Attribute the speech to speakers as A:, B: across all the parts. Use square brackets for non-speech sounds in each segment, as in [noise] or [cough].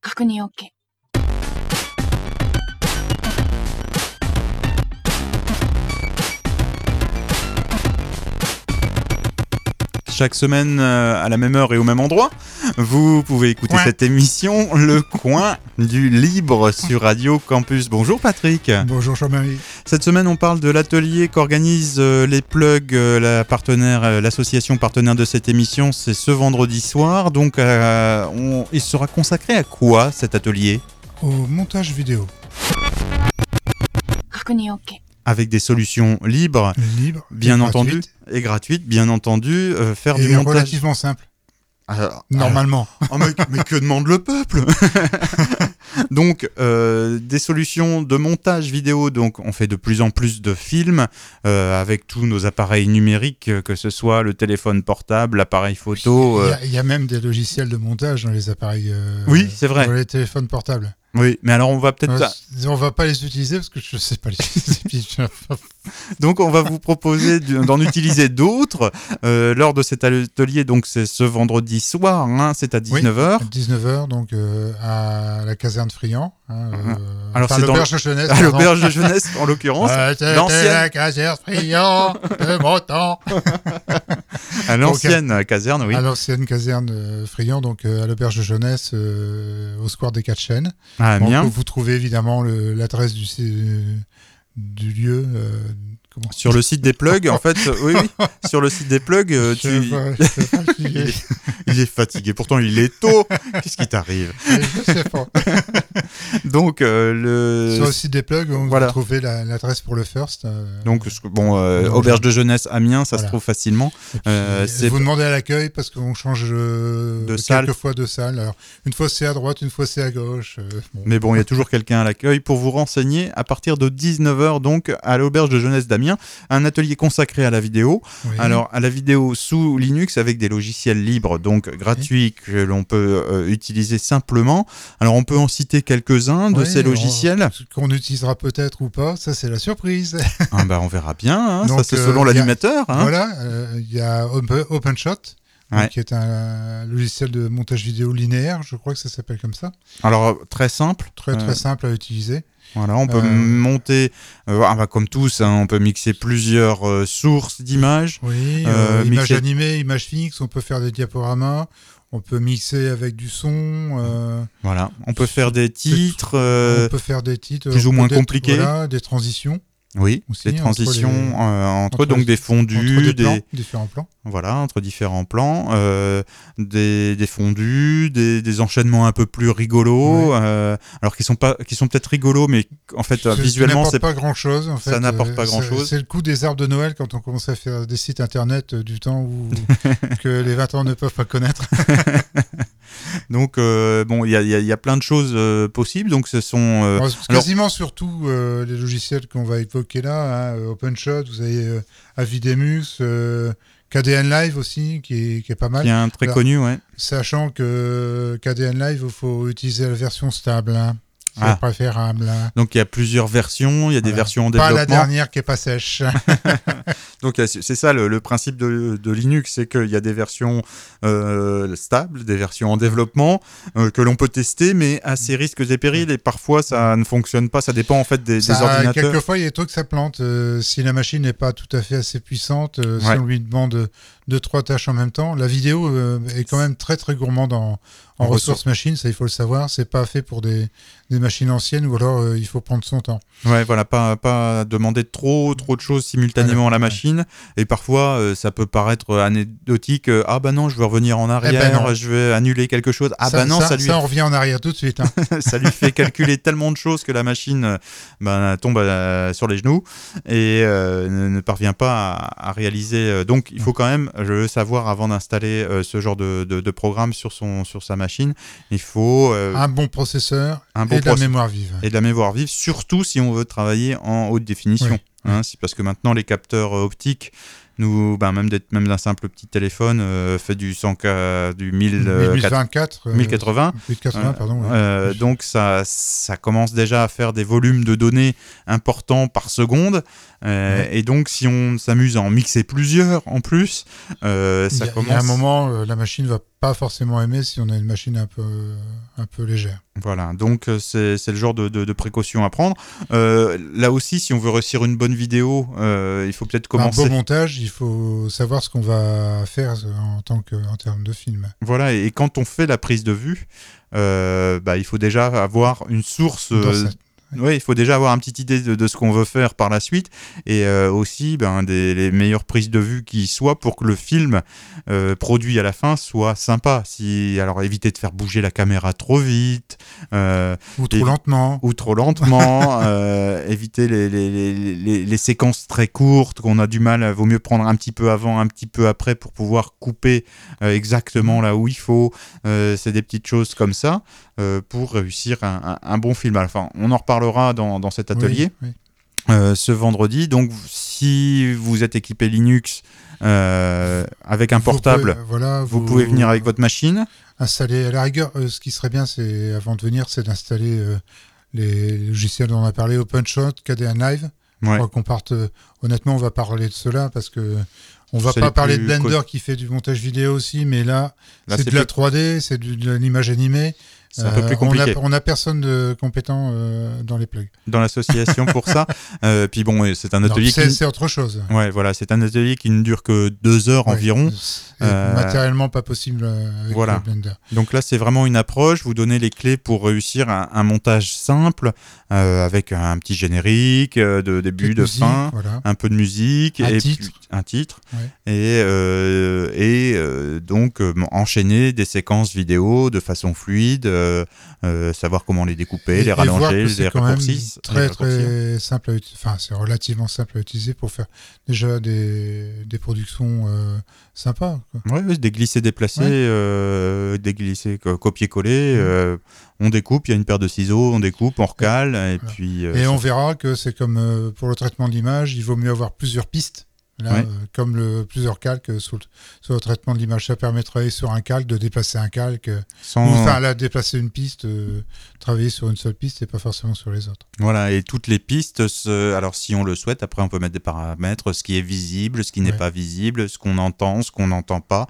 A: 確認 ＯＫ。
B: Chaque semaine, euh, à la même heure et au même endroit, vous pouvez écouter
C: Coin.
B: cette émission, Le Coin du Libre, sur Radio Campus. Bonjour Patrick.
C: Bonjour Jean-Marie.
B: Cette semaine, on parle de l'atelier qu'organise euh, les plugs, euh, la partenaire, euh, l'association partenaire de cette émission. C'est ce vendredi soir. Donc, euh, on- il sera consacré à quoi cet atelier
C: Au montage vidéo,
A: 確認 OK。
B: Avec des solutions libres,
C: libre,
B: bien
C: et
B: entendu,
C: gratuite,
B: et gratuites, bien entendu. euh, faire
C: et
B: du montage.
C: relativement simple,
B: Alors,
C: normalement.
B: Oh, mais, mais que demande le peuple [laughs] Donc, euh, des solutions de montage vidéo. Donc, on fait de plus en plus de films euh, avec tous nos appareils numériques, euh, que ce soit le téléphone portable, l'appareil photo.
C: Il y
B: euh,
C: a- il y, a même des logiciels de montage dans les appareils. euh,
B: Oui, c'est vrai.
C: Dans les téléphones portables.
B: Oui, mais alors on va peut-être.
C: Euh, c- on va pas les utiliser parce que je sais pas les [laughs] utiliser.
B: [laughs] Donc, on va vous proposer d'u- d'en utiliser d'autres euh, lors de cet atelier. Donc, c'est ce vendredi soir, hein, c'est à 19h.
C: 19h, donc euh, à la caserne Friand. Hein,
B: Mhm.
C: euh,
B: Alors,
C: enfin,
B: c'est dans
C: l'auberge de Jeunesse.
B: À
C: pardon. [laughs]
B: l'auberge de jeunesse, en l'occurrence.
C: Euh, c'était
B: l'ancienne.
C: la caserne Friand de mon temps.
B: à l'ancienne caserne, oui.
C: À l'ancienne caserne euh, Friand, donc euh, à l'auberge de jeunesse, euh, au square des Quatre Chênes.
B: À
C: Donc,
B: Amiens.
C: vous trouvez évidemment le- l'adresse du, euh, du lieu. euh, comment
B: Sur le site des plugs, en fait, euh, oui,
C: [laughs]
B: oui, sur le site des plugs, euh,
C: Je
B: tu,
C: vois- je sais pas qui
B: il, [laughs]
C: est-
B: est, il est fatigué. Pourtant, il est
C: [laughs]
B: tôt. Qu'est-ce qui t'arrive
C: je sais pas.
B: Donc, euh, le.
C: Sur le site des plugs, on
B: voilà.
C: vous trouvez la- l'adresse pour le first. euh,
B: Donc, ce que- bon, euh,
C: Donc,
B: auberge de jeunesse Amiens, ça se
C: Voilà.
B: trouve facilement.
C: et puis,
B: euh, c'est-
C: vous demandez à l'accueil parce qu'on change euh,
B: De
C: quelques
B: salle.
C: fois de salle. Alors, une fois c'est à droite, une fois c'est à gauche. euh, bon.
B: Mais bon, il y a toujours quelqu'un à l'accueil pour vous renseigner à partir de 19h, donc, à l'auberge de jeunesse d'Amiens, un atelier consacré à la vidéo.
C: Oui.
B: Alors, à la vidéo sous Linux avec des logiciels libres, donc gratuits, que l'on peut euh, utiliser simplement. Alors, on peut en citer quelques-uns de
C: Oui,
B: ces
C: alors,
B: logiciels.
C: ce qu'on utilisera peut-être ou pas, ça c'est la surprise.
B: Ah bah, on verra bien, hein. ça
C: Donc,
B: c'est
C: euh,
B: selon
C: y a-
B: l'animateur. hein.
C: [laughs] Voilà, euh, il y a Op- OpenShot, donc,
B: Ouais.
C: qui est un logiciel de montage vidéo linéaire, je crois que ça s'appelle comme ça.
B: Alors très simple,
C: Très très
B: Euh,
C: simple à utiliser.
B: voilà, on peut
C: Euh,
B: monter, euh, ah bah, comme tous, hein, on peut mixer plusieurs euh, sources d'images.
C: Oui,
B: euh,
C: euh, images
B: mixer-
C: animées, images fixes, on peut faire des diaporamas, on peut mixer avec du son, euh,
B: Voilà, on peut faire des titres,
C: on
B: euh,
C: peut faire des titres
B: plus ou
C: on peut
B: moins
C: des-
B: compliqués.
C: Voilà, des transitions
B: oui,
C: aussi,
B: des
C: entre
B: transitions euh,
C: les-
B: entre,
C: entre
B: donc
C: les-
B: des fondus,
C: entre des
B: des,
C: plans, différents plans.
B: voilà, entre différents plans, euh, des, des fondus, des, des enchaînements un peu plus rigolos, euh, alors qui sont pas, qui sont peut-être rigolos, mais en fait
C: Ça- ça
B: visuellement
C: n'apporte
B: c'est
C: pas grand chose en fait.
B: ça n'apporte
C: Euh,
B: pas
C: c'est-
B: grand-chose.
C: C'est le coup des arbres de Noël quand on commence à faire des sites internet euh, du
B: [laughs]
C: temps où que les 20 ans ne peuvent pas connaître.
B: donc euh, bon, il y a, il y a- il y a plein de choses euh, possibles, donc ce sont euh,
C: Bon, c'est
B: alors-
C: quasiment surtout euh, les logiciels qu'on va évoquer là, hein, euh, OpenShot, vous avez euh, Avidemux, euh, KDN Live aussi qui est, qui est pas mal.
B: qui est un très
C: Alors,
B: connu, ouais.
C: Sachant que euh, KDN Live, il faut utiliser la version stable. hein. C'est
B: Ah.
C: préférable. hein.
B: Donc il y a plusieurs versions, il y a des
C: Voilà.
B: versions en
C: Pas
B: développement.
C: la dernière qui est pas sèche.
B: Donc il y a- c'est ça le, le principe de, de Linux, c'est qu'il y a des versions euh, stables, des versions en développement euh, que l'on peut tester, mais à ses risques et périls. Et parfois ça ne fonctionne pas, ça dépend en fait des, des
C: Ça,
B: ordinateurs.
C: Bah, Quelquefois, il y a des trucs que ça plante. Euh, si la machine n'est pas tout à fait assez puissante, euh, si
B: Ouais.
C: on lui demande euh, deux, trois tâches en même temps, la vidéo euh, est quand même très, très gourmande en, en
B: En ressources.
C: ressources machines. Ça, il faut le savoir. C'est pas fait pour des, des machines anciennes ou alors euh, il faut prendre son temps.
B: Ouais, voilà, pas, pas demander trop, trop de choses simultanément à la machine. Et parfois, euh, ça peut paraître anecdotique. euh, ah bah non, je veux revenir en arrière,
C: Eh ben non.
B: je vais annuler quelque chose. Ah
C: ça,
B: bah non, ça, lui,
C: ça, on revient en arrière tout de
B: [laughs]
C: suite. hein.
B: ça lui fait calculer tellement de choses que la machine euh, ben, tombe euh, sur les genoux et euh, ne, ne parvient pas à, à réaliser. euh, Donc, il faut quand même euh, le savoir avant d'installer euh, ce genre de, de- de programme sur, son, sur sa machine. Il faut euh,
C: un bon processeur
B: un
C: Ah, et
B: bon
C: de la
B: processeur
C: mémoire vive.
B: et de la mémoire vive, surtout si on veut travailler en haute définition.
C: Oui.
B: Hein, c'est parce que maintenant les capteurs euh, optiques, nous, ben, même d'être- même d'un simple petit téléphone euh, fait du 100 du 1000, euh,
C: 1024. euh,
B: 1080.
C: 1080, pardon. oui.
B: Euh, donc ça, ça commence déjà à faire des volumes de données importants par seconde. Euh, Et donc si on s'amuse à en mixer plusieurs en plus, euh,
C: Il y
B: ça
C: a- il y a
B: commence...
C: un moment, euh, la machine va pas forcément aimer si on a une machine un peu, un peu légère.
B: Voilà, donc euh, c'est c'est le genre de, de- de précaution à prendre. Euh, là aussi, si on veut réussir une bonne vidéo, euh, il faut peut-être
C: Un
B: commencer.
C: beau montage, il faut savoir ce qu'on va faire euh, en, tant que, en termes de film.
B: Voilà, et quand on fait la prise de vue, euh, bah, il faut déjà avoir une source.
C: Dans
B: euh,
C: sa-
B: ouais, il faut déjà avoir une petite idée de, de ce qu'on veut faire par la suite et euh, aussi ben, des, les meilleures prises de vue qui soient pour que le film euh, produit à la fin soit sympa. Si, alors éviter de faire bouger la caméra trop vite, euh,
C: Ou trop
B: Et-
C: lentement.
B: ou trop
C: [laughs]
B: lentement, euh, éviter les, les- les- les- les séquences très courtes qu'on a du mal, à- vaut mieux prendre un petit peu avant, un petit peu après pour pouvoir couper euh, exactement là où il faut. Euh, c'est des petites choses comme ça euh, pour réussir un, un- un bon film. Enfin, on en reparlera dans, dans cet atelier.
C: Oui, oui.
B: euh, ce vendredi, donc si vous êtes équipé Linux euh, avec un
C: Vous pouvez-
B: portable,
C: euh, voilà,
B: vous pouvez venir avec votre machine.
C: Installer, à la rigueur, euh, ce qui serait bien, c'est avant de venir, c'est d'installer euh, les logiciels dont on a parlé, OpenShot, KDN Live.
B: Ouais.
C: Je crois qu'on parte. euh, honnêtement, on va parler de cela parce que on va
B: C'est
C: pas
B: les
C: parler de
B: plus
C: Blender
B: connus.
C: qui fait du montage vidéo aussi, mais là,
B: Là,
C: c'est
B: c'est
C: de la
B: plus-
C: 3D, c'est du- de l'image animée.
B: C'est un peu
C: Euh,
B: plus
C: on a-
B: compliqué.
C: On n'a personne de compétent euh, dans les plugs.
B: dans l'association pour
C: [laughs]
B: ça. Euh, puis bon, c'est un
C: Non,
B: atelier
C: C'est
B: qui,
C: c'est autre chose.
B: Ouais, voilà, c'est un atelier qui ne dure que deux heures
C: Ouais, Mm.
B: environ.
C: c'est
B: Euh,
C: Matériellement pas possible euh, avec
B: voilà.
C: le Blender.
B: Donc là, c'est vraiment une approche. Vous donnez les clés pour réussir un, un montage simple euh, avec un petit générique euh, de début,
C: Petite
B: de
C: musique,
B: fin,
C: Voilà.
B: un peu de musique,
C: Un
B: et
C: titre.
B: puis- un titre,
C: Ouais.
B: et, euh, et euh, donc euh, enchaîner des séquences vidéo de façon fluide, euh, euh, savoir comment les découper, les
C: voir que
B: rallonger,
C: c'est
B: les
C: quand même
B: raccourcir. les
C: Très
B: raccourcir.
C: très simple à utiliser. Enfin, c'est relativement simple à utiliser pour faire déjà des, des productions euh, sympas. quoi.
B: Ouais, ouais, des glissés déplacés,
C: Ouais.
B: euh, des glissés co- copier-coller. euh, on découpe, il y a une paire de ciseaux, on découpe, on recale, et
C: Voilà.
B: puis. euh,
C: Et
B: ça-
C: on verra que c'est comme euh, pour le traitement de l'image, il vaut mieux avoir plusieurs pistes. Là,
B: Ouais.
C: euh, comme le plusieurs calques sur le, sur le traitement de l'image, ça permet de travailler sur un calque, de déplacer un calque, euh,
B: sans-
C: ou, enfin là, déplacer une piste, euh, travailler sur une seule piste et pas forcément sur les autres.
B: Voilà, et toutes les pistes, se- alors si on le souhaite, après on peut mettre des paramètres, ce qui est visible, ce qui n'est
C: Ouais.
B: pas visible, ce qu'on entend, ce qu'on n'entend pas,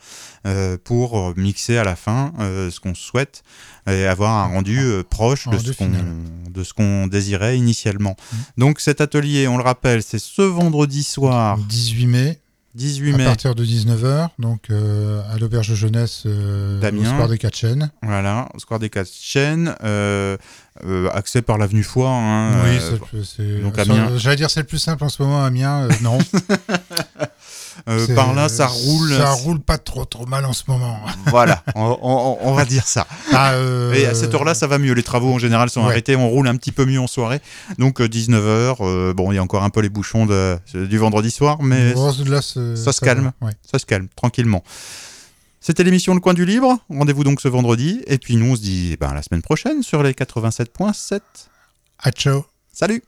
B: euh, pour mixer à la fin euh, ce qu'on souhaite et avoir un rendu euh, proche de
C: Rendu
B: ce, qu'on,
C: final. Mm.
B: de ce qu'on désirait initialement. Donc cet atelier, on le rappelle, c'est ce vendredi soir,
C: 18 mai,
B: 18
C: Mm. à
B: Ah. mai.
C: partir de 19h, donc euh, à l'auberge de jeunesse euh, au
B: Damien.
C: Square des Quatre Chênes.
B: Voilà, Square des Quatre Chaînes, euh, euh, accès par l'avenue Foix. hein,
C: Oui,
B: euh,
C: c'est le plus- c'est.
B: donc
C: ça-
B: Amiens.
C: J'allais dire c'est le plus simple en ce moment, Amiens. euh,
B: [laughs]
C: non.
B: euh,
C: C'est-
B: par là, ça roule.
C: Ça roule pas trop trop mal en ce moment.
B: Voilà, on, on- on va dire ça.
C: Ah, euh,
B: Et à cette heure-là, ça va mieux. Les travaux en général sont
C: ouais.
B: arrêtés, on roule un petit peu mieux en soirée. Donc euh, 19h, euh, bon, il y a encore un peu les bouchons de- euh, du vendredi soir, mais
C: bon, là, c'est-
B: ça se
C: va.
B: calme.
C: Ouais.
B: ça se calme tranquillement. C'était l'émission Le Coin du Libre. Rendez-vous donc ce vendredi. Et puis nous, on se dit eh ben, à la semaine prochaine sur les 87.7.
C: Ah, ciao.
B: Salut